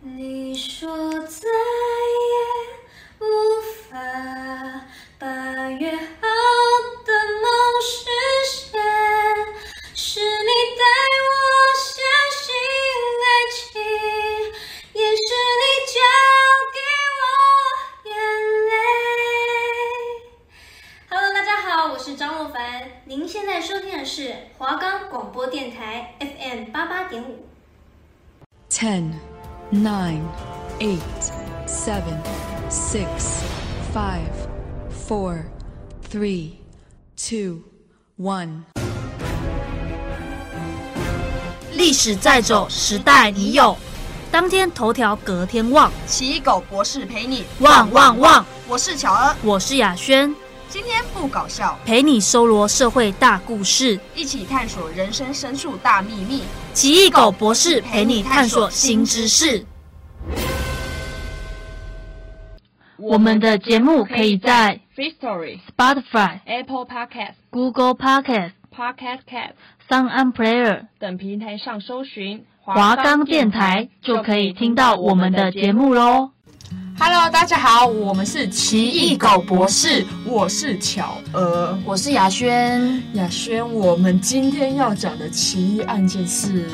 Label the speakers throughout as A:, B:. A: 你说再也无法把约好的梦实现，是你带我相信爱情，也是你教给我眼泪。Hello，大家好，我是张若凡。您现在收听的是华冈广播电台 FM 八八点五。
B: Ten, nine, eight, seven, six, five, four, three, two, one.
C: 历史在走，时代你有。当天头条，隔天望。
D: 奇异狗博士陪你
C: 旺旺旺！
D: 我是巧儿，
C: 我是雅轩，
D: 今天不搞笑，
C: 陪你搜罗社会大故事。
D: 一起探索人生深处大秘密。
C: 奇异狗博士陪你探索新知识。我们的节目可以在
D: Free Story、
C: Spotify、
D: Apple Podcast、
C: Google Podcast、
D: Podcast Cat
C: Sound On Player、
D: 等平台上搜寻
C: 华冈电台就可以听到我们的节。目喽。
D: Hello，大家好，我们是奇异狗博士，我是巧儿，
C: 我是雅轩，
D: 雅轩。我们今天要讲的奇异案件是，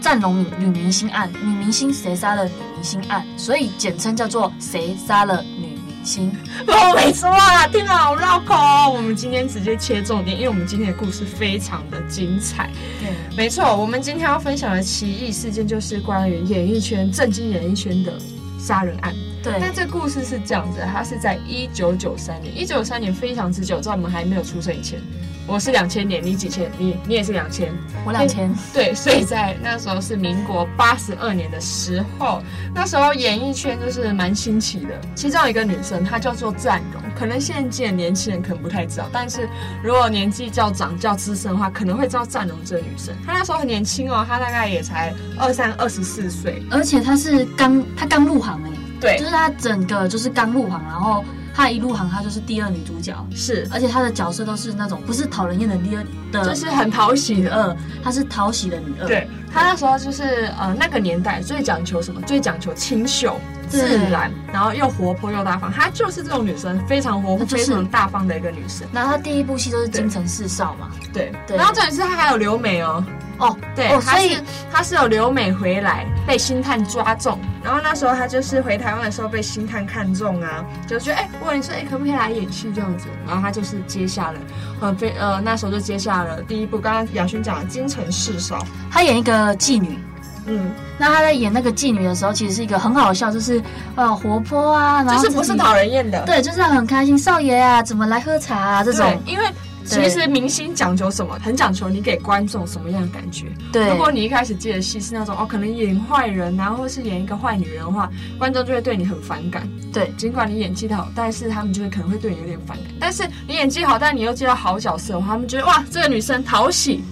E: 战龙女女明星案，女明星谁杀了女明星案，所以简称叫做谁杀了女明星。
D: 我没错啊，听了好绕口哦。我们今天直接切重点，因为我们今天的故事非常的精彩。
C: 哎
E: 对，
D: 没错，我们今天要分享的奇异事件就是关于演艺圈震惊演艺圈的杀人案。那
E: 对，
D: 这故事是这样子，它是在一九九三年，一九九三年非常之久，在我们还没有出生以前。我是两千年，你几千？你你也是两千，
E: 我两千，
D: 对，所以在那时候是民国八十二年的时候，那时候演艺圈就是蛮新奇的。其中有一个女生，她叫做战容，可能现届的年轻人可能不太知道，但是如果年纪较长、较资深的话，可能会知道战容这个女生。她那时候很年轻哦，她大概也才二三、二十四岁。
E: 而且她是刚她刚入行哎、
D: 对
E: 就，是她整个就是刚入行，然后她一入行她就是第二女主角，
D: 是，
E: 而且她的角色都是那种不是讨人厌的第二的，
D: 就是很讨喜
E: 女
D: 的。
E: 二，她是讨喜的女二。
D: 对，她那时候就是呃那个年代最讲求什么？最讲求清秀、自
E: 对
D: 然，然后又活泼又大方。她就是这种女生，非常活泼、
E: 她就是
D: 非常大方的一个女生。
E: 那她第一部戏就是《京城四少》嘛，
D: 对，
E: 对
D: 然后重点是她还有留美哦，
E: 哦，
D: 对，
E: 哦，
D: 她
E: 所以
D: 是她是有留美回来，被星探抓中。然后那时候她就是回台湾的时候被星探看中啊，就觉得哎，问你说哎可不可以来演戏这样子，然后她就是接下了，呃被呃那时候就接下了第一部，刚刚雅轩讲的《京城四少》，
E: 她演一个妓女，
D: 嗯，
E: 那她在演那个妓女的时候，其实是一个很好笑，就是呃活泼啊，然
D: 就
E: 后
D: 是不
E: 自
D: 是
E: 己
D: 讨人厌的，
E: 对，就是很开心。少爷啊，怎么来喝茶啊？这
D: 对
E: 种，
D: 因为。其实明星讲求什么？很讲求你给观众什么样的感觉。
E: 对
D: 如果你一开始接的戏是那种哦，可能演坏人啊，或是演一个坏女人的话，观众就会对你很反感。
E: 对
D: 尽管你演技好，但是他们就会可能会对你有点反感。但是你演技好，但你又接到好角色的话，他们觉得哇，这个女生讨喜，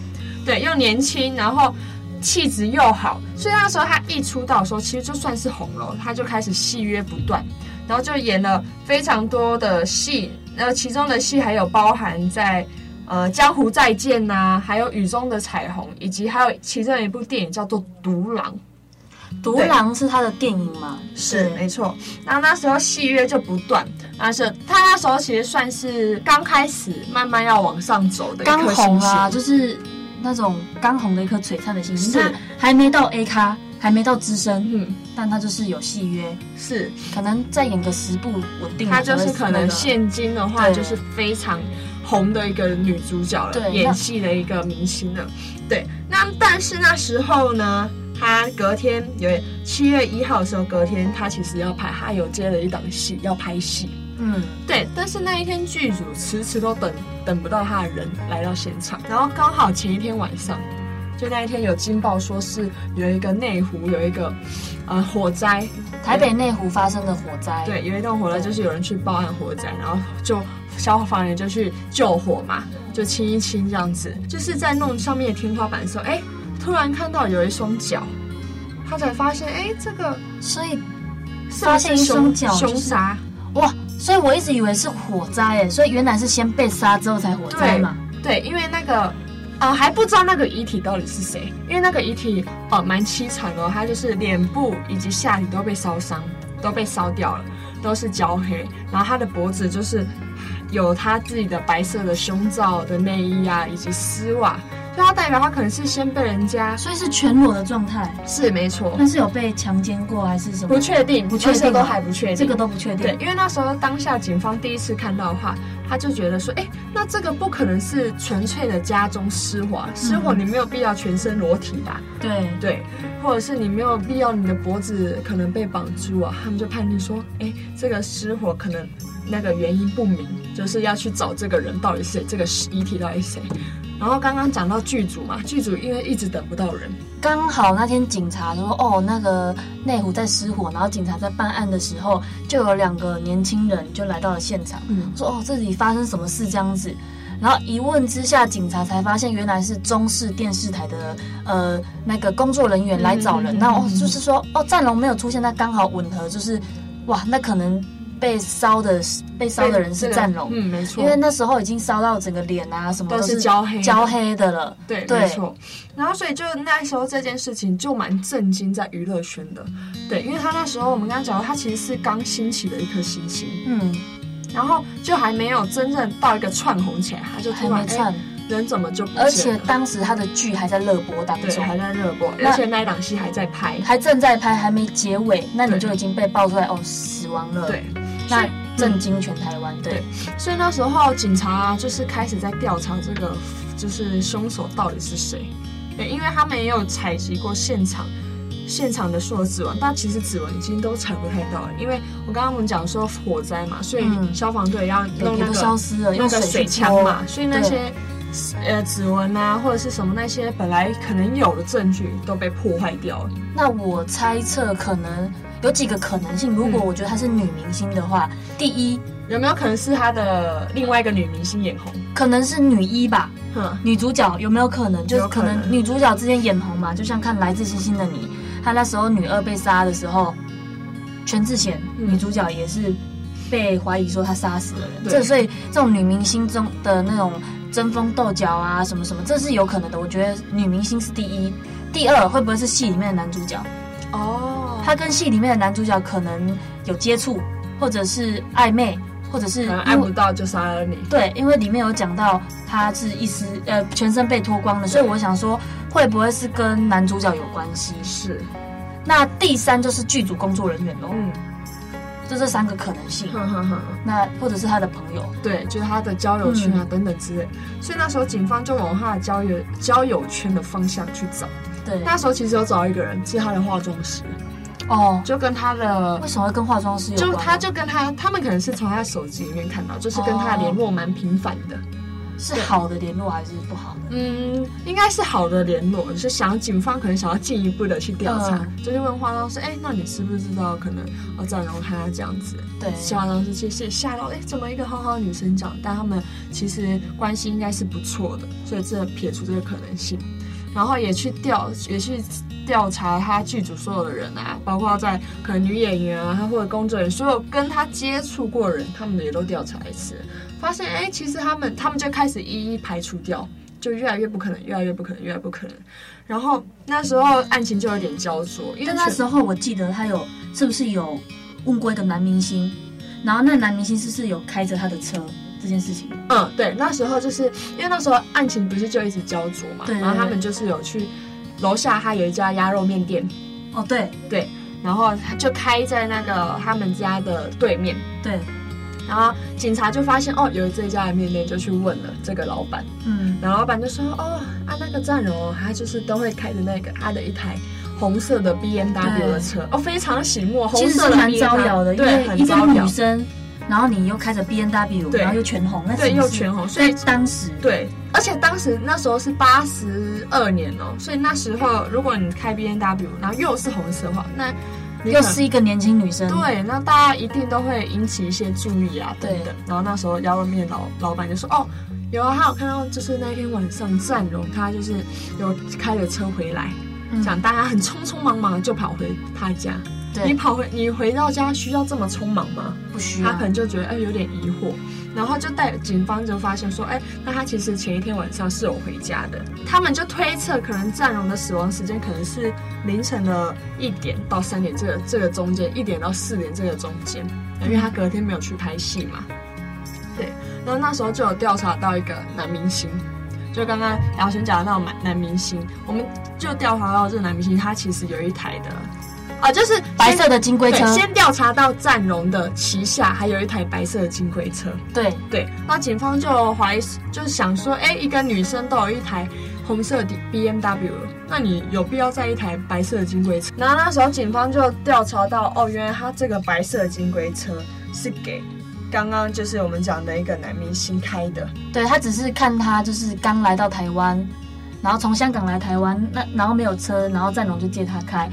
D: 对，又年轻，然后气质又好，所以那时候她一出道的时候，其实就算是红了，她就开始戏约不断，然后就演了非常多的戏，那其中的戏还有包含在。呃，江湖再见呐、还有《雨中的彩虹》，以及还有其中有一部电影叫做《独狼》，
E: 独狼是他的电影嘛？
D: 是
E: 对
D: 没错。那那时候戏约就不断，但是他那时候其实算是刚开始慢慢要往上走的一
E: 刚
D: 颗
E: 红
D: 星
E: 啊，
D: 星。
E: 就是那种刚红的一颗璀璨的星星，
D: 是
E: 他还没到 A 咖，还没到资深，
D: 嗯，
E: 但他就是有戏约，
D: 是，
E: 可能再演个十部稳定的
D: 她
E: 才
D: 就
E: 会
D: 是
E: 那个，
D: 可能现今的话，
E: 对
D: 就是非常红的一个女主角
E: 对
D: 了，
E: 那
D: 演戏的一个明星了。对，那但是那时候呢，她隔天有七月一号的时候，隔天她其实要拍，她有接了一档戏要拍戏，
E: 嗯，
D: 对，但是那一天剧组迟迟都等等不到他的人来到现场，然后刚好前一天晚上，就那一天有惊爆说是有一个内湖有一个呃火灾，
E: 台北内湖发生的火灾，
D: 对，有一栋火灾就是有人去报案火灾，然后就消防员就去救火嘛，就清一清这样子，就是在弄上面的天花板的时候，哎，突然看到有一双脚，他才发现哎这个
E: 所以
D: 是
E: 发
D: 不
E: 现
D: 是
E: 一
D: 凶
E: 双脚就是
D: 凶杀？
E: 哇，所以我一直以为是火灾诶，所以原来是先被杀之后才火灾嘛，
D: 对，因为那个呃还不知道那个遗体到底是谁，因为那个遗体呃蛮凄惨的哦，他就是脸部以及下体都被烧伤，都被烧掉了，都是焦黑，然后他的脖子就是有他自己的白色的胸罩的内衣啊，以及丝袜，就他代表他可能是先被人家
E: 所以是全裸的状态。
D: 是没错，
E: 那是有被强奸过还是什么
D: 嗯不？哦确定，哦
E: 不确定啊
D: 这些都还不确定，
E: 这个都不确
D: 对
E: 定，。
D: 因为那时候当下警方第一次看到的话，他就觉得说，哎、那这个不可能是纯粹的家中失火
E: 嗯
D: 啊，失火你没有必要全身裸体吧？
E: 对，
D: 对，或者是你没有必要你的脖子可能被绑住啊，他们就判定说，哎、这个失火可能那个原因不明，就是要去找这个人到底是谁，这个遗体到底是谁。然后刚刚讲到剧组嘛，剧组因为一直等不到人，
E: 刚好那天警察说，哦，那个内湖在失火，然后警察在办案的时候，就有两个年轻人就来到了现场，
D: 嗯，
E: 说哦，这里发生什么事这样子。然后一问之下，警察才发现原来是中视电视台的呃那个工作人员来找人。
D: 嗯
E: 那、哦，就是说哦，战龙没有出现，那刚好吻合，就是哇，那可能被烧的被烧的人是
D: 这个
E: 战龙，
D: 嗯，没错，
E: 因为那时候已经烧到整个脸啊什么
D: 都是
E: 是
D: 焦黑的
E: 焦黑的了。
D: 对，
E: 对
D: 没错。然后所以就那时候这件事情就蛮震惊在娱乐圈的，对，因为他那时候我们刚刚讲到，他其实是刚兴起的一颗新星，
E: 嗯，
D: 然后就还没有真正到一个窜红起来，他就
E: 还
D: 突
E: 没
D: 然
E: 串
D: 哎，，人怎么就不见了
E: 而且当时他的剧还在热播当
D: 对
E: 中，
D: 还在热播，
E: 那
D: 而且那一档戏还在拍，
E: 还正在拍，还没结尾，那你
D: 对
E: 就已经被爆出来哦，死亡了。
D: 对，所
E: 那
D: 以
E: 震惊全台湾。对，
D: 所以那时候警察啊就是开始在调查这个，就是凶手到底是谁。对，因为他们也有采集过现场现场的所有指纹，但其实指纹已经都采不太到了，因为我刚刚我们讲说火灾嘛，所以
E: 嗯
D: 消防队要
E: 也
D: 弄
E: 也
D: 那
E: 都消
D: 个
E: 失了，
D: 那
E: 用
D: 个
E: 水
D: 水
E: 去
D: 枪
E: 泼
D: 嘛，所以那些呃指纹啊或者是什么那些本来可能有的证据都被破坏掉了。
E: 那我猜测可能有几个可能性，如果
D: 嗯
E: 我觉得她是女明星的话，第一
D: 有没有可能是他的另外一个女明星眼红？
E: 可能是女一吧，
D: 哼，
E: 女主角有没有可能？就是
D: 有
E: 可
D: 可能
E: 能女主角之前眼红嘛，就像看《来自星星的你》，她那时候女二被杀的时候，全智贤、
D: 嗯
E: 女主角也是被怀疑说她杀死了人。
D: 对
E: 这所以这种女明星中的那种争锋斗角啊，什么什么，这是有可能的。我觉得女明星是第一，第二会不会是戏里面的男主角？
D: 哦
E: 她跟戏里面的男主角可能有接触，或者是暧昧，或者是
D: 可能
E: 因
D: 按
E: 为
D: 不到就杀了你。
E: 对，因为里面有讲到他是一丝呃全身被脱光了，所以我想说会不会是跟男主角有关系？
D: 是，
E: 那第三就是剧组工作人员喽，
D: 嗯，
E: 就这三个可能性。
D: 哼哼哼。
E: 那或者是他的朋友，
D: 对，就是他的交友圈啊、等等之类，所以那时候警方就往他的交友交友圈的方向去找。
E: 对
D: 那时候其实有找一个人是他的化妆师，
E: 哦，
D: 就跟他的
E: 为，什么会跟化妆师有关
D: 就
E: 呢？
D: 他就跟他，他们可能是从他手机里面看到，就是跟
E: 哦
D: 他联络蛮频繁的。
E: 是好的联络还是不好的？
D: 嗯，应该是好的联络，就是想警方可能想要进一步的去调查，
E: 嗯
D: 就是问化妆师，哎、那你知不知道可能呃整容他这样子？
E: 对，
D: 化妆师其实也吓到，哎、怎么一个好好的女生讲？但他们其实关系应该是不错的，所以这撇除这个可能性，然后也去调，也去调查他剧组所有的人啊，包括在可能女演员啊，或者工作人员，所有跟他接触过的人，他们也都调查一次，发现哎、其实他们他们就开始一一排除掉。就越来越不可能，越来越不可能，越来越不可能。然后那时候案情就有点焦灼，因为
E: 但那
D: 全
E: 时候我记得他有是不是有问过一个男明星，然后那男明星是不是有开着他的车这件事情？
D: 嗯，对，那时候就是因为那时候案情不是就一直焦灼嘛，
E: 对对
D: 然后他们就是有去楼下，他有一家鸭肉面店，
E: 哦，对
D: 然后他就开在那个他们家的对面，
E: 对，
D: 然后警察就发现哦有这家的面店，就去问了这个老板，
E: 嗯，
D: 然后老板就说哦啊那个战荣，他就是都会开着那个他的一台。红色的 B N W
E: 对
D: 的车哦，非常醒目，红
E: 其实
D: 色
E: 是
D: 的
E: 蛮
D: B
E: 招摇的，因
D: 对，
E: 为
D: 很
E: 一
D: 招
E: 个
D: 摇
E: 女，生，然后你又开着 B N W，
D: 对
E: 然后又全红，那
D: 对，
E: 岂不
D: 又
E: 是
D: 全红，所
E: 在
D: 以
E: 当时，
D: 对，而且当时那时候是八十二年哦、所以那时候如果你开 B N W，然后又是红色的话，那你
E: 又
D: 可能
E: 是一个年轻女生，
D: 对，那大家一定都会引起一些注意啊等
E: 对
D: 等。然后那时候鸭肉面老老板就说：“哦，有啊，他有看到，就是那天晚上战荣他就是有开着车回来，
E: 嗯
D: 讲大家很匆匆忙忙地就跑回他家。你
E: 对，
D: 跑回你回到家需要这么匆忙吗？
E: 不需
D: 他
E: 要
D: 可，能就觉得哎、有点疑惑，然后就带警方就发现说，哎，那他其实前一天晚上是有回家的。他们就推测，可能战荣的死亡时间可能是凌晨的一点到三点这个这个中间，一点到四点这个中间，因为他隔天没有去拍戏嘛。对，然后那时候就有调查到一个男明星，就刚刚姚璇讲到男男明星，我们就调查到这个男明星，他其实有一台的，啊，就是
F: 白色的金龟车
D: 对，，先调查到战荣的旗下还有一台白色的金龟车。
F: 对，
D: 对，那警方就怀疑，就是想说，哎，一个女生都有一台红色的 B M W 了，那你有必要在一台白色的金龟车？然后那时候警方就调查到，哦，原来他这个白色的金龟车是给刚刚就是我们讲的一个男明星开的。
F: 对他只是看他就是刚来到台湾，然后从香港来台湾，那然后没有车，然后战龙就借他开，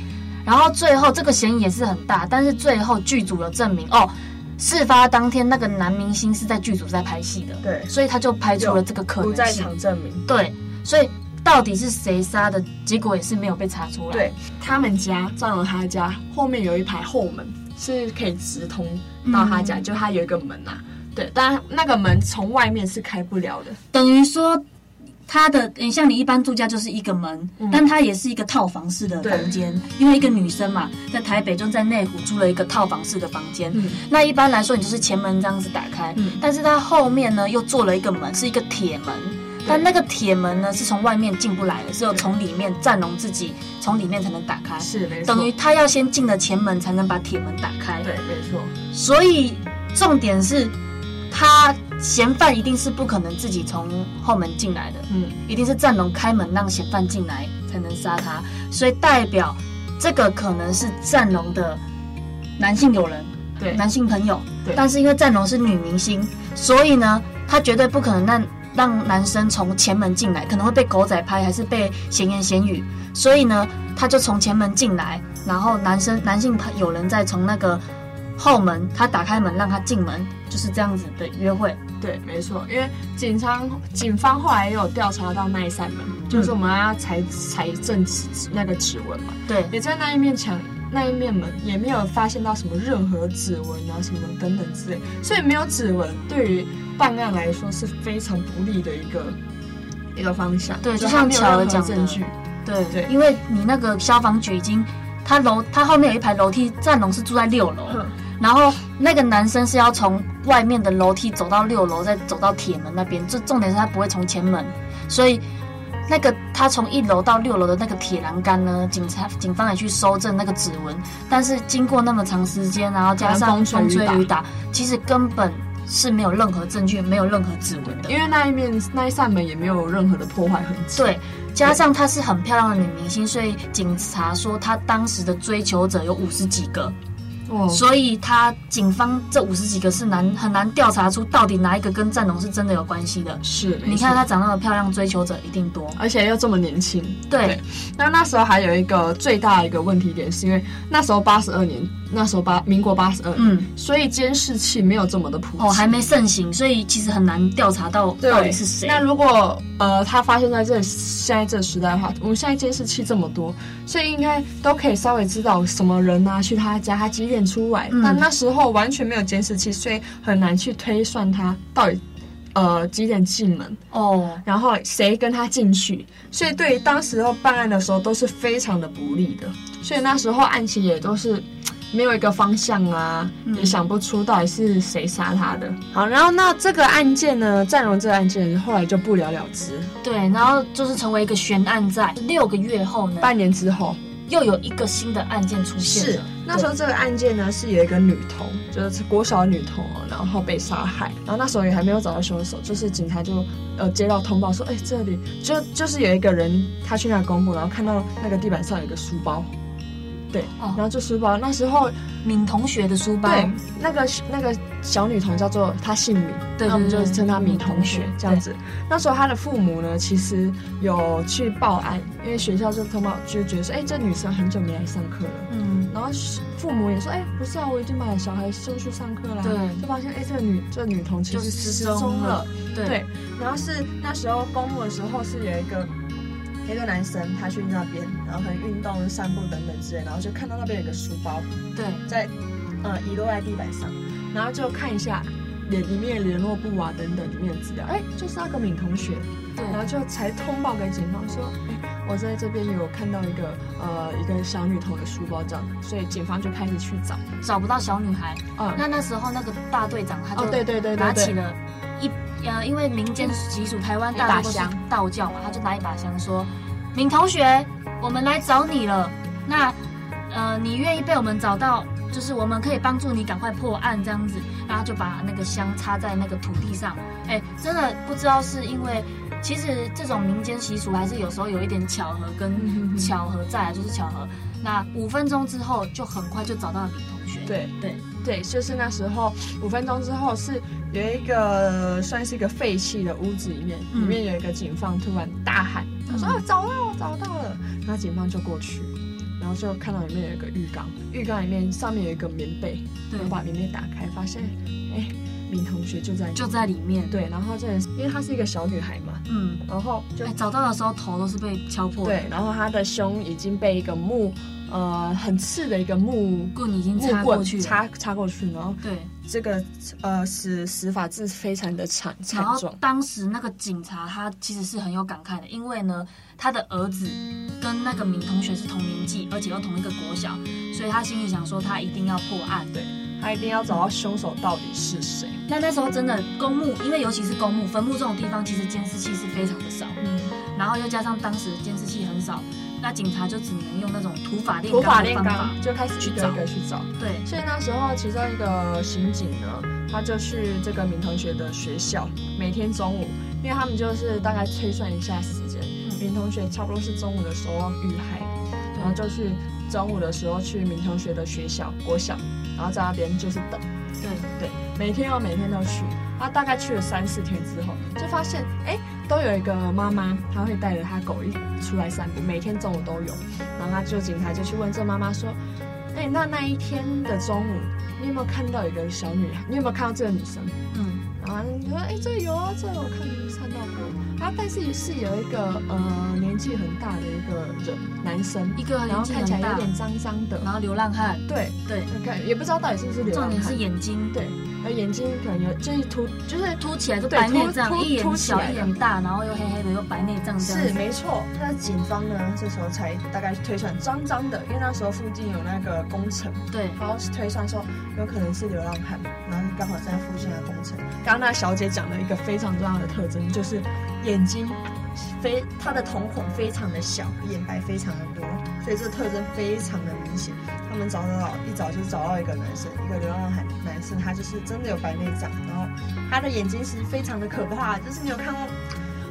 F: 然后最后这个嫌疑也是很大，但是最后剧组有证明哦，事发当天那个男明星是在剧组在拍戏的，
D: 对
F: 所以他就排除了这个可
D: 不
F: 能
D: 在
F: 性，
D: 场证明。
F: 对，所以到底是谁杀的，结果也是没有被查出来，
D: 对他们家，张荣他家后面有一排后门，是可以直通到他家，就他有一个门啊。对，但那个门从外面是开不了的。
E: 等于说。他的，嗯像你一般住家就是一个门，但它也是一个套房式的
D: 嗯对
E: 房间，因为一个女生嘛，在台北就在内湖租了一个套房式的房间。
D: 嗯
E: 那一般来说，你就是前门这样子打开，
D: 嗯
E: 但是它后面呢又做了一个门，是一个铁门，但那个铁门呢是从外面进不来的，是有从里面战龙自己从里面才能打开，
D: 是没错，
E: 等于他要先进了前门才能把铁门打开。
D: 对，没错，
E: 所以重点是，他嫌犯一定是不可能自己从后门进来的，
D: 嗯，
E: 一定是战龙开门让嫌犯进来才能杀他，所以代表这个可能是战龙的男性友人，
D: 对
E: 男性朋友，
D: 对
E: 但是因为战龙是女明星，所以呢，他绝对不可能让让男生从前门进来，可能会被狗仔拍，还是被闲言闲语，所以呢，他就从前门进来，然后男生男性朋友人再从那个后门，他打开门让他进门，就是这样子的约会。
D: 对，没错，因为警方警方后来也有调查到那一扇门，就是我们要采采证指那个指纹嘛，
E: 对，
D: 也在那一面墙那一面门也没有发现到什么任何指纹啊什么等等之类，所以没有指纹对于办案来说是非常不利的一个一个方向，
E: 对就
D: 就
E: 像
D: 没有
E: 巧儿
D: 任何
E: 讲的
D: 证据，
E: 对
D: 对
E: 因为你那个消防局已经，他楼他后面有一排楼梯，战龙是住在六楼，
D: 嗯
E: 然后那个男生是要从外面的楼梯走到六楼，再走到铁门那边。这重点是他不会从前门，所以那个他从一楼到六楼的那个铁栏杆呢，警察警方也去搜证那个指纹，但是经过那么长时间，然后加上
D: 可能
E: 风
D: 风
E: 吹
D: 吹雨打
E: 雨打，其实根本是没有任何证据，没有任何指纹的。
D: 因为那一面那一扇门也没有任何的破坏痕迹，
E: 对，加上她是很漂亮的女明星，所以警察说她当时的追求者有五十几个，
D: 哦
E: 所以她警方这五十几个是难很难调查出到底哪一个跟战龙是真的有关系的。
D: 是，没
E: 你看
D: 错
E: 她长那么漂亮，追求者一定多。
D: 而且又这么年轻，
E: 对，
D: 那那时候还有一个最大的一个问题点，是因为那时候八十二年，那时候八民国八十二年，
E: 嗯，
D: 所以监视器没有这么的普及。
E: 哦，还没盛行，所以其实很难调查到
D: 对
E: 到底是谁。
D: 那如果呃，它发生在这现在这个时代的话，我们现在监视器这么多，所以应该都可以稍微知道什么人啊去他家，他几点出来。
E: 嗯
D: 那那时候完全没有监视器，所以很难去推算他到底呃几点进门。
E: 哦，
D: 然后谁跟他进去，所以对于当时候办案的时候都是非常的不利的，所以那时候案情也都是没有一个方向啊，也想不出到底是谁杀他的。好，然后那这个案件呢，战荣这个案件后来就不了了之，
E: 对，然后就是成为一个悬案在，六个月后呢，
D: 半年之后
E: 又有一个新的案件出现了。
D: 那时候这个案件呢是有一个女童，就是国小的女童哦，然后被杀害，然后那时候也还没有找到凶手，就是警察就呃接到通报说，哎、这里就就是有一个人他去那个公墓，然后看到那个地板上有一个书包，对，
E: 哦
D: 然后这书包那时候
E: 敏同学的书包，
D: 对那个那个小女童叫做她姓敏，
E: 对
D: 那我们
E: 对
D: 就
E: 对
D: 称她敏
E: 敏
D: 同
E: 同
D: 学
E: 学
D: 这样子。那时候她的父母呢，其实有去报案，因为学校就通报就觉得说，哎、这女生很久没来上课了。
E: 嗯，
D: 然后父母也说，哎、不是啊，我已经把小孩送去上课啦。
E: 对
D: 就发现哎、这个女这个女童其实
E: 就是
D: 失
E: 失
D: 踪
E: 踪
D: 了
E: 了。
D: 对，然后是那时候公墓的时候是有一个。有一个男生，他去那边，然后可能运动、散步等等之类，然后就看到那边有个书包
E: 对，
D: 在，呃，遗落在地板上，然后就看一下，联里面联络簿啊等等里面的资料，哎，就是那个敏同学，
E: 对
D: 然后就才通报给警方说，哎，我在这边有看到一个呃一个小女童的书包这样，所以警方就开始去找，
E: 找不到小女孩。哦
D: 啊、
E: 那那时候那个大队长他就
D: 哦，对对对对
E: 拿起
D: 对，
E: 了一呃，因为民间习俗，台湾
D: 一
E: 大
D: 把
E: 多是
D: 香
E: 道教嘛，他就拿一把香说：“敏同学，我们来找你了。那呃，你愿意被我们找到，就是我们可以帮助你赶快破案这样子。”然后就把那个香插在那个土地上。哎，真的不知道是因为，其实这种民间习俗还是有时候有一点巧合
D: 嗯哼
E: 跟
D: 哼
E: 巧合在啊，就是巧合。那五分钟之后就很快就找到了敏同学。
D: 对
E: 对
D: 对，就是那时候五分钟之后是有一个算是一个废弃的屋子里面，
E: 嗯
D: 里面有一个警方突然大喊，他说、啊找到了找到了，然后警方就过去，然后就看到里面有一个浴缸，浴缸里面上面有一个棉被，
E: 对
D: 我把棉被打开，发现哎，敏同学就在
E: 就在里面。
D: 对，然后这也是因为她是一个小女孩嘛，
E: 嗯。
D: 然后就
E: 哎，找到的时候头都是被敲破的，
D: 对，然后她的胸已经被一个木呃很刺的一个木。
E: 棍已经
D: 木
E: 插过
D: 棍
E: 去了，
D: 插插过去，然后
E: 对，
D: 这个呃死死法是非常的惨惨
E: 然后
D: 状，
E: 当时那个警察他其实是很有感慨的，因为呢，他的儿子跟那个敏同学是同年纪，而且又同一个国小，所以他心里想说他一定要破案。
D: 对他一定要找到凶手到底是谁。
E: 那那时候真的公墓，因为尤其是公墓、坟墓这种地方，其实监视器是非常的少，
D: 嗯，
E: 然后又加上当时监视器很少，那警察就只能用那种土法炼
D: 土法
E: 钢的
D: 炼
E: 方法
D: 钢。就开始一个一个去找。
E: 对，
D: 所以那时候其中一个刑警呢，他就去这个明同学的学校，每天中午，因为他们就是大概推算一下时间，明同学差不多是中午的时候遇害，然后就去中午的时候去明同学的学校国小，然后在那边就是等。
E: 对
D: 对，每天哦，每天都去。他大概去了三四天之后，就发现哎，诶都有一个妈妈，她会带着她狗一出来散步，每天中午都有。然后他就警察就去问这妈妈说：“哎，那那一天的中午，你有没有看到一个小女孩？你有没有看到这个女生？”
E: 嗯，
D: 然后他说：“哎，这个有啊，这个我看看到过啊，但是是有一个呃年纪很大的一个人，男生，
E: 一个
D: 然
E: 年
D: 后
E: 纪
D: 看起来
E: 很
D: 有
E: 大，
D: 点脏脏的，
E: 然后流浪汉，
D: 对
E: 对，
D: 看也不知道到底是不是流
E: 重
D: 浪
E: 点
D: 汉
E: 是，眼睛
D: 对，而眼睛呃可能有就是突就是
E: 凸起来，就
D: 对
E: 白内
D: 凸
E: 障，
D: 凸
E: 一眼
D: 凸起
E: 小
D: 来
E: 一
D: 的
E: 眼大，然后又黑黑的，又白内障这样
D: 是
E: 子。
D: 没错。那警方呢，这时候才大概推算脏脏的，因为那时候附近有那个工程，
E: 对
D: 然后推算说有可能是流浪汉，然后刚好在附近的工程。刚刚那小姐讲的一个非常重要的特征就是眼睛非她的瞳孔非常的小，眼白非常的多，所以这特征非常的明显。他们找找找，一找就找到一个男生，一个流浪汉男生，他就是真的有白内障，然后他的眼睛是非常的可怕，就是你有看过。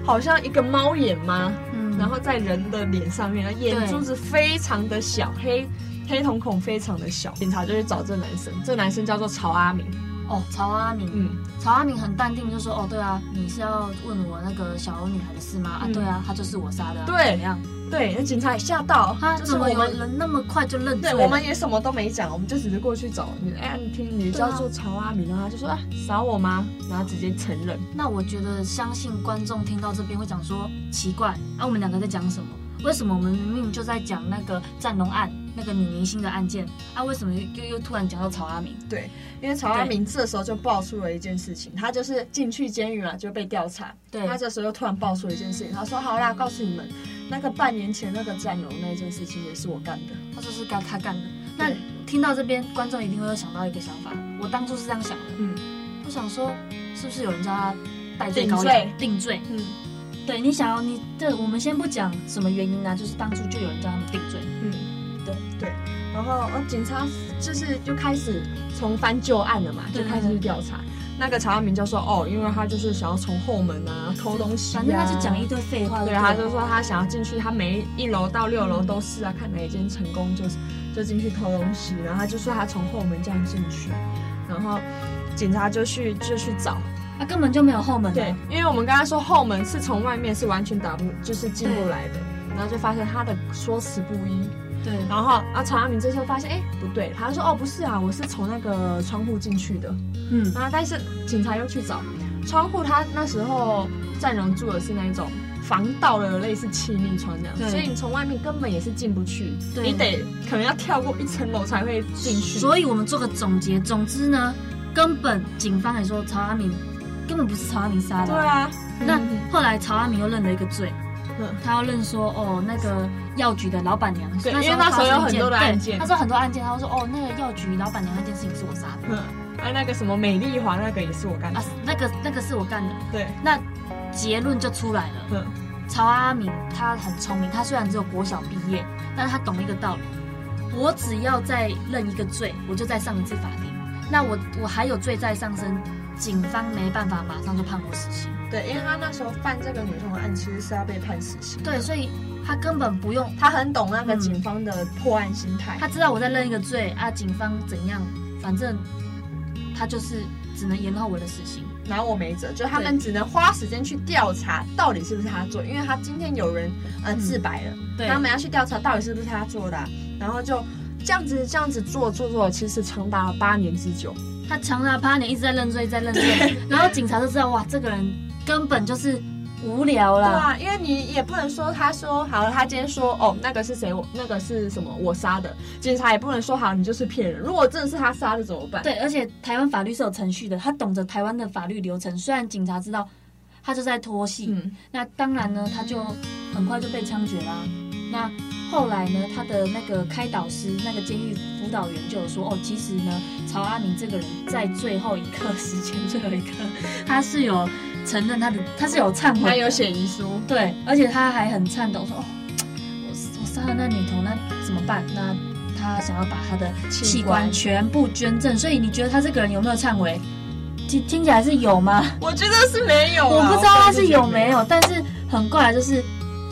D: 好像一个猫眼吗？
E: 嗯
D: 然后在人的脸上面，眼珠子非常的小，黑黑瞳孔非常的小。警察就去找这男生，这男生叫做曹阿明，
E: 哦，曹阿明，
D: 嗯，
E: 曹阿明很淡定，就说：“哦，对啊，你是要问我那个小女孩的事吗？啊，
D: 嗯
E: 对啊，她就是我杀的啊。
D: 对
E: 怎么样？
D: 对，那警察也吓到，
E: 他
D: 就是
E: 啊怎么
D: 我
E: 有
D: 们。
E: 人那么快就认罪
D: 对，
E: 了？
D: 我们也什么都没讲，我们就只是过去找你。哎，你听，你
E: 啊
D: 叫做曹阿明，然后他就说啊，扫我吗？然后直接承认。
E: 那我觉得，相信观众听到这边会讲说：奇怪，啊，我们两个在讲什么？为什么我们明明就在讲那个战龙案，那个女明星的案件啊？为什么又又又突然讲到曹阿明？
D: 对，因为曹阿明这时候就爆出了一件事情，他就是进去监狱嘛，就被调查。
E: 对
D: 他这时候又突然爆出一件事情，他说：“好啦，告诉你们，那个半年前那个战友那件事情也是我干的。
E: 他说是该他干的。那
D: 对
E: 听到这边，观众一定会有想到一个想法，我当初是这样想的，
D: 嗯，
E: 我想说是不是有人叫他戴罪
D: 定
E: 羔
D: 罪
E: 羊定罪？”
D: 嗯
E: 对你想要你对，我们先不讲什么原因啊，就是当初就有人叫他们定罪，
D: 嗯，对对。
E: 嗯
D: 然后呃，警察就是就开始重翻旧案了嘛，就
E: 对
D: 开始去调查。那个曹阿明就说：“哦，因为他就是想要从后门啊偷东西、啊，
E: 反正他就讲一堆啊废话。
D: 对，啊
E: 了
D: 他就说他想要进去，他每一楼到六楼都是啊，看哪一间成功就是就进去偷东西，然后他就说他从后门这样进去，然后警察就去就去找，
E: 他根本就没有后门啊。
D: 对，因为我们刚刚说后门是从外面是完全打不就是进不来的，然后就发现他的说辞不一，
E: 对
D: 然后啊曹阿明这时候发现哎不对，他就说哦不是啊，我是从那个窗户进去的，
E: 嗯，
D: 然后但是警察又去找窗户，他那时候战荣住的是那种防盗的类似气密窗这
E: 对
D: 样，所以你从外面根本也是进不去，
E: 对
D: 你得可能要跳过一层楼才会进去。
E: 所以我们做个总结，总之呢，根本警方也说曹阿敏根本不是曹阿敏杀的
D: 对
E: 啊、
D: 啊，
E: 那后来曹阿敏又认了一个罪，
D: 嗯
E: 他要认说哦，那个药局的老板娘，
D: 对
E: 那
D: 因
E: 时
D: 为
E: 候
D: 那时候
E: 发生
D: 有
E: 一
D: 很
E: 件
D: 多的案件
E: 对那时候很多案件，他就说哦，那个药局老板娘那件事情是我杀的
D: 嗯，啊那个什么美丽华那个也是我干的
E: 啊，，那个那个是我干的，
D: 对，
E: 那结论就出来了。
D: 嗯，
E: 曹阿敏他很聪明，他虽然只有国小毕业，但他懂一个道理：我只要再认一个罪，我就再上一次法庭。那我我还有罪在上升，警方没办法马上就判我死刑。
D: 对，因为他那时候犯这个女童案，其实是要被判死刑。
E: 对，所以他根本不用，
D: 他很懂那个警方的破案心态。
E: 他知道我再认一个罪啊，警方怎样，反正他就是只能延后我的死刑。
D: 然后我没辙，就他们只能花时间去调查到底是不是他做，因为他今天有人呃自白了，
E: 嗯对
D: 他们要去调查到底是不是他做的啊、然后就这样子这样子做做做，其实长达八年之久。
E: 他长达八年一直在认罪，一直在认罪， 然后警察就知道哇，这个人根本就是无聊
D: 对
E: 啦。
D: 啊，因为你也不能说他说好了，他今天说哦那个是谁，我那个是什么我杀的，警察也不能说好你就是骗人。如果真的是他杀的怎么办？
E: 对，而且台湾法律是有程序的，他懂得台湾的法律流程。虽然警察知道他就在拖戏，
D: 嗯，
E: 那当然呢，他就很快就被枪决啦。那后来呢，他的那个开导师、那个监狱辅导员就有说，哦，其实呢，曹阿明这个人在最后一刻时间，最后一刻，他是有承认他的， 他是有忏悔
D: 他
E: 的，
D: 有写遗书，
E: 对，而且他还很颤抖说：“哦，我我杀了那女童，那怎么办？”那他想要把他的器
D: 器
E: 官
D: 官
E: 全部捐赠，所以你觉得他这个人有没有忏悔？听听起来是有吗？
D: 我觉得是没有啊，
E: 我不知道他是有
D: 有。
E: 没有，但是很怪，就是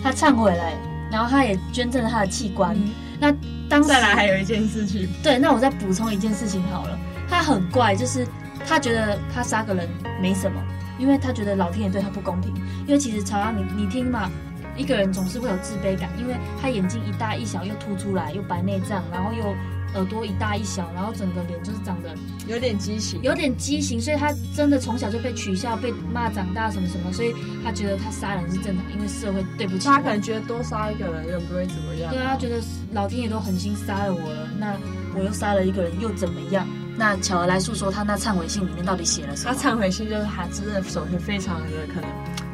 E: 他忏悔了，然后他也捐赠了他的器官。
D: 嗯
E: 那当时
D: 再来还有一件事情，
E: 对，那我再补充一件事情好了，他很怪，就是他觉得他杀个人没什么，因为他觉得老天爷对他不公平。因为其实曹阳，你你听嘛，一个人总是会有自卑感，因为他眼睛一大一小又凸出来，又白内障，然后又耳朵一大一小，然后整个脸就是长得
D: 有点畸形。
E: 有点畸形，所以他真的从小就被取笑、被骂长大什么什么，所以他觉得他杀人是正常，因为社会对不起
D: 他
E: 我
D: 可。能觉得多杀一个人也不会怎么样。
E: 对啊，他觉得老天爷都狠心杀了我了，那我又杀了一个人又怎么样？
G: 那巧儿来诉说他那忏悔信里面到底写了什
D: 他
G: 么？
D: 忏悔信就是他真的首先非常的可能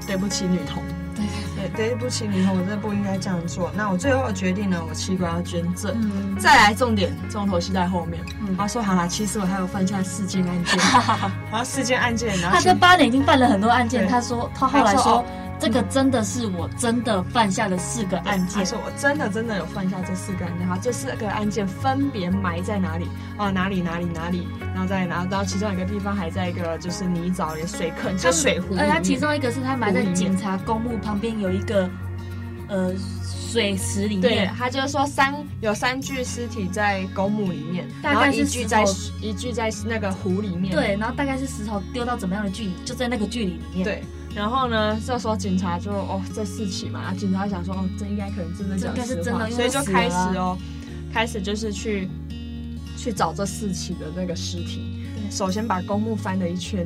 D: 对不起女童，对对对不起女童，我真的不应该这样做。那我最后决定呢，我器官要捐赠。
E: 嗯
D: 再来重点，重头戏在后面。他说好啦，其实我还有犯下 四件案件，然后四件案件，然后
E: 他在八年已经办了很多案件，
D: 对
E: 他说他后来
D: 他说
E: 说
D: 哦
E: 这个真的是我真的犯下了四个案
D: 他
E: 件，
D: 说我真的真的有犯下这四个案件，然后这四个案件分别埋在哪里？哦，哪里哪里哪里，然后再然后到其中一个地方还在一个就是泥沼里的水坑，就水湖里
E: 而呃且
D: 面。
E: 他其中一个是他埋在警察公墓旁边有一个呃水池里
D: 对
E: 面，
D: 他就是说三有三具尸体在公墓里面，
E: 大
D: 然
E: 概
D: 后
E: 是
D: 一具在
E: 石
D: 一具在那个湖里面。
E: 对，然后大概是石头丢到怎么样的距离，就在那个距离里面。
D: 对。然后呢，这时候警察就哦这四起嘛，啊警察想说哦这应该可能真的
E: 这应
D: 讲
E: 该是
D: 实
E: 真
D: 话，
E: 的因
D: 所
E: 为
D: 以就
E: 死
D: 开
E: 了
D: 始
E: 啊
D: 哦，开始就是去去找这四起的那个尸体。首先把公墓翻了一圈，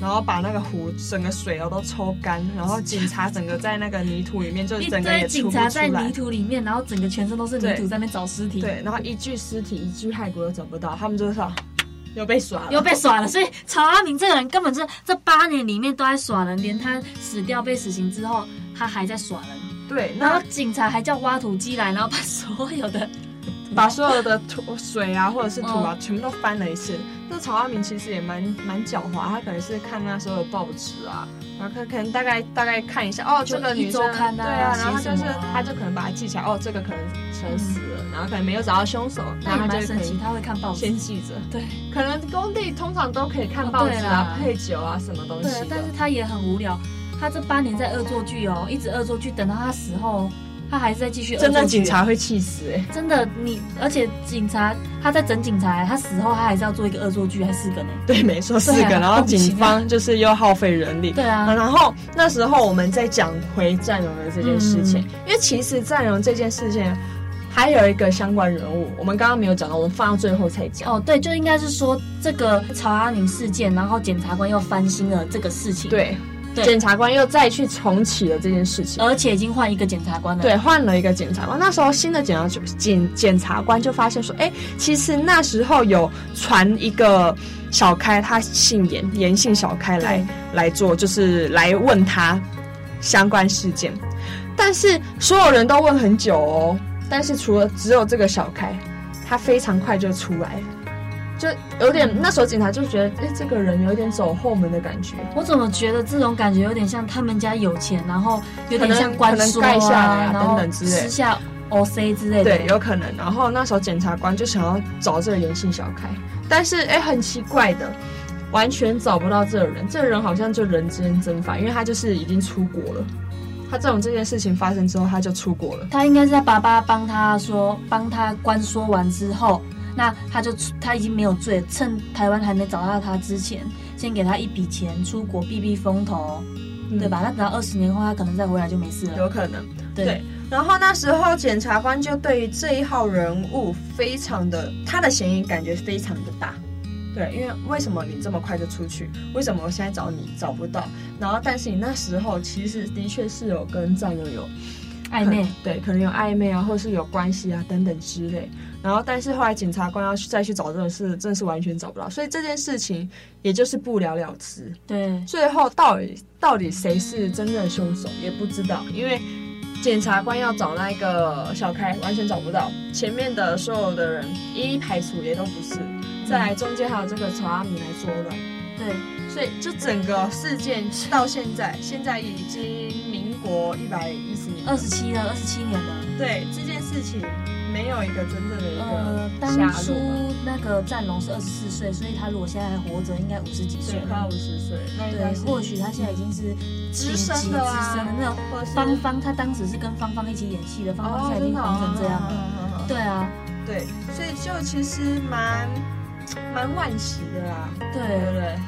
D: 然后把那个湖整个水哦都抽干，然后警察整个在那个泥土里面就
E: 一
D: 整个
E: 堆
D: 也出
E: 警
D: 不出
E: 察
D: 来。
E: 在泥土里面，然后整个全身都是泥土，
D: 对
E: 在那边找尸体，
D: 对，然后一具尸体，一具骸骨都找不到，他们就是说又被耍了，
E: 又被耍了。所以曹阿明这个人根本是这八年里面都在耍人，连他死掉被死刑之后，他还在耍人。
D: 对，
E: 然后
D: 那
E: 警察还叫挖土机来，然后把所有的
D: 把所有的土、 水啊，或者是土啊，
E: 嗯
D: 全部都翻了一次。那曹阿明其实也蛮蛮狡猾，他可能是看那时候的报纸啊，然后可可能大概大概看一下，哦，
E: 就
D: 这个
E: 一
D: 女
E: 周
D: 生
E: 刊啊
D: 对啊，然后
E: 写
D: 他就是
E: 什么啊嗯
D: 他就可能把它记起来，哦，这个可能可能死了，然后可能没有找到凶手，
E: 那
D: 然后
E: 也
D: 他
E: 蛮
D: 就
E: 神
D: 可
E: 奇，
D: 以
E: 他会看报纸
D: 先。记着。
E: 对
D: 可能工地通常都可以看
E: 哦
D: 报纸
E: 对
D: 啊
E: 啦、
D: 配酒啊什么东西
E: 对，
D: 的
E: 但。是他也很无聊，他这八年在恶作剧哦，一直恶作剧，等到他死后，他还是在继续恶作
D: 真
E: 剧。
D: 的警察会气死哎、
E: 真的你，而且警察他在整警察，他死后他还是要做一个恶作剧，还四个呢。
D: 对，没错，四个。
E: 对啊
D: 然后警方就是又耗费人力。
E: 对啊，
D: 然后那时候我们再讲回战荣的这件事情，
E: 嗯
D: 因为其实战荣这件事情还有一个相关人物，我们刚刚没有讲到，我们放到最后才讲。
E: 哦对，就应该是说这个曹阿宁事件，然后检察官又翻新了这个事情。
D: 对，
E: 对
D: 检察官又再去重启了这件事情。
E: 而且已经换一个检察官了。
D: 对，换了一个检察官。那时候新的检察检检察官就发现说，哎、其实那时候有传一个小开，他姓严，严姓小开来来做，就是来问他相关事件。但是所有人都问很久哦，但是除了只有这个小开，他非常快就出来了。就有点那时候警察就觉得，哎、这个人有点走后门的感觉，
E: 我怎么觉得这种感觉有点像他们家有钱，然后有点像官说
D: 可能可能盖下来
E: 啊，
D: 啊
E: 然后
D: 等等之类
E: 私下 OC 之类的。
D: 对，有可能。然后那时候检察官就想要找这个严姓小开，但是哎、很奇怪的，完全找不到这个人。这个人好像就人间蒸发，因为他就是已经出国了。他这种这件事情发生之后，他就出国了。
E: 他应该是他爸爸帮他说，帮他官说完之后，那他就出他已经没有罪，趁台湾还没找到他之前，先给他一笔钱出国避避风头，
D: 嗯
E: 对吧？那等到二十年后，他可能再回来就没事了。
D: 有可能。
E: 对
D: 对然后那时候检察官就对于这一号人物非常的，他的嫌疑感觉非常的大。对，因为为什么你这么快就出去？为什么我现在找你找不到？然后，但是你那时候其实的确是有跟战友有
E: 暧昧
D: 可，对，可能有暧昧啊，或是有关系啊等等之类。然后，但是后来检察官要去再去找这种事，真的是完全找不到，所以这件事情也就是不了了之。
E: 对，
D: 最后到底到底谁是真正的凶手也不知道，因为检察官要找那个小开，完全找不到，前面的所有的人一一排除也都不是，再来中间还有这个曹阿米来作乱。
E: 对，
D: 所以就整个事件到现在，现在已经民国一百一十年了，
E: 二十七了，二十七年了。
D: 对这件事情没有一个真正的一
E: 呃
D: 个，
E: 当
D: 下
E: 初
D: 落吧。
E: 那个战龙是二十四岁，所以他如果现在还活着，应该五十几岁
D: 对，快
E: 了
D: 要。五十岁，那应该
E: 对，
D: 是
E: 或许他现在已经是
D: 资深的啊
E: 资深的那种。
D: 或是
E: 芳芳，她当时是跟芳芳一起演戏的，芳芳
D: 哦，嗯
E: 现在已
D: 真
E: 经
D: 的
E: 红成这样了。
D: 了
E: 对啊，
D: 对，所以就其实蛮蛮惋惜的啦，对不
E: 对，
D: 对？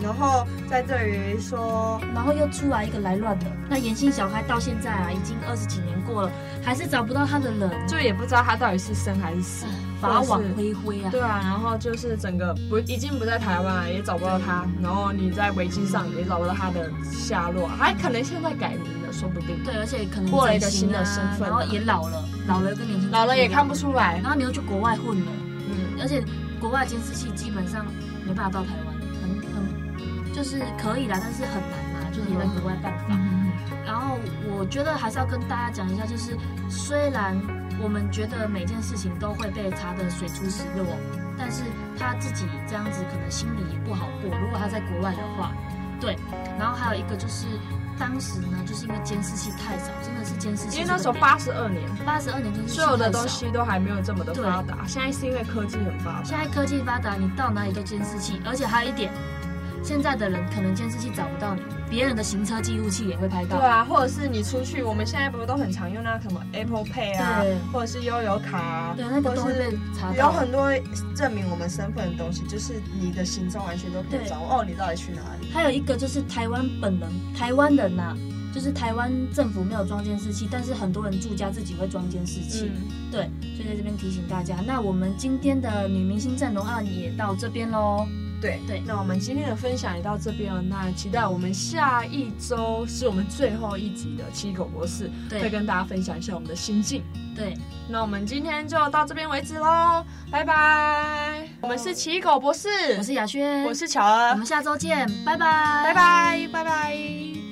D: 然后在这于说，
E: 然后又出来一个来乱的，那严姓小孩到现在啊，已经二十几年过了，还是找不到他的人，
D: 就也不知道他到底是生还是死，
E: 法
D: 或
E: 网
D: 是
E: 恢恢啊。
D: 对啊，然后就是整个不已经不在台湾了，也找不到他，然后你在维基上也找不到他的下落，还可能现在改名了，说不定。
E: 对，而且可能
D: 过了一个
E: 整形啊
D: 新的身份啊
E: 然后也老了，老了跟年轻
D: 老了也看不
E: 出
D: 出来
E: 来，。然后你又去国外混了，
D: 嗯，
E: 而且国外监视器基本上没办法到台湾，很很就是可以啦，但是很难啦，啊就是也在国外办
D: 嗯
E: 法。然后我觉得还是要跟大家讲一下，就是虽然我们觉得每件事情都会被查得水出石落，但是他自己这样子可能心里也不好过。如果他在国外的话，对。然后还有一个就是当时呢，就是因为监视器太少，真的是监视器
D: 因为那时候八十二年，
E: 八十二年监视器
D: 所有的
E: 太少
D: 东西都还没有这么的发达，现在是因为科技很发
E: 现
D: 达。
E: 在科技发达，你到哪里都监视器，而且还有一点，现在的人可能监视器找不到你，别人的行车记录器也会拍到。
D: 对啊，或者是你出去，我们现在不是都很常用那什么 Apple Pay 啊
E: 对，
D: 或者是悠游卡啊，
E: 对，那个都
D: 或
E: 会
D: 是
E: 被查
D: 有
E: 到。
D: 很多证明我们身份的东西，就是你的行踪完全都可以
E: 对
D: 掌握哦，你到底去哪里？
E: 还有一个就是台湾本人，台湾人呐、就是台湾政府没有装监视器，但是很多人住家自己会装监视器。
D: 嗯
E: 对，所以在这边提醒大家。那我们今天的女明星阵容案也到这边喽。
D: 对
E: 对
D: 那我们今天的分享也到这边了，那期待我们下一周是我们最后一集的奇异狗博士，会
E: 对
D: 跟大家分享一下我们的心境。
E: 对，
D: 那我们今天就到这边为止喽，拜拜。我们是奇异狗博士，
E: 我是雅轩，嗯
D: 我是巧儿
E: 我们，下周见，拜拜，
D: 拜。拜拜拜。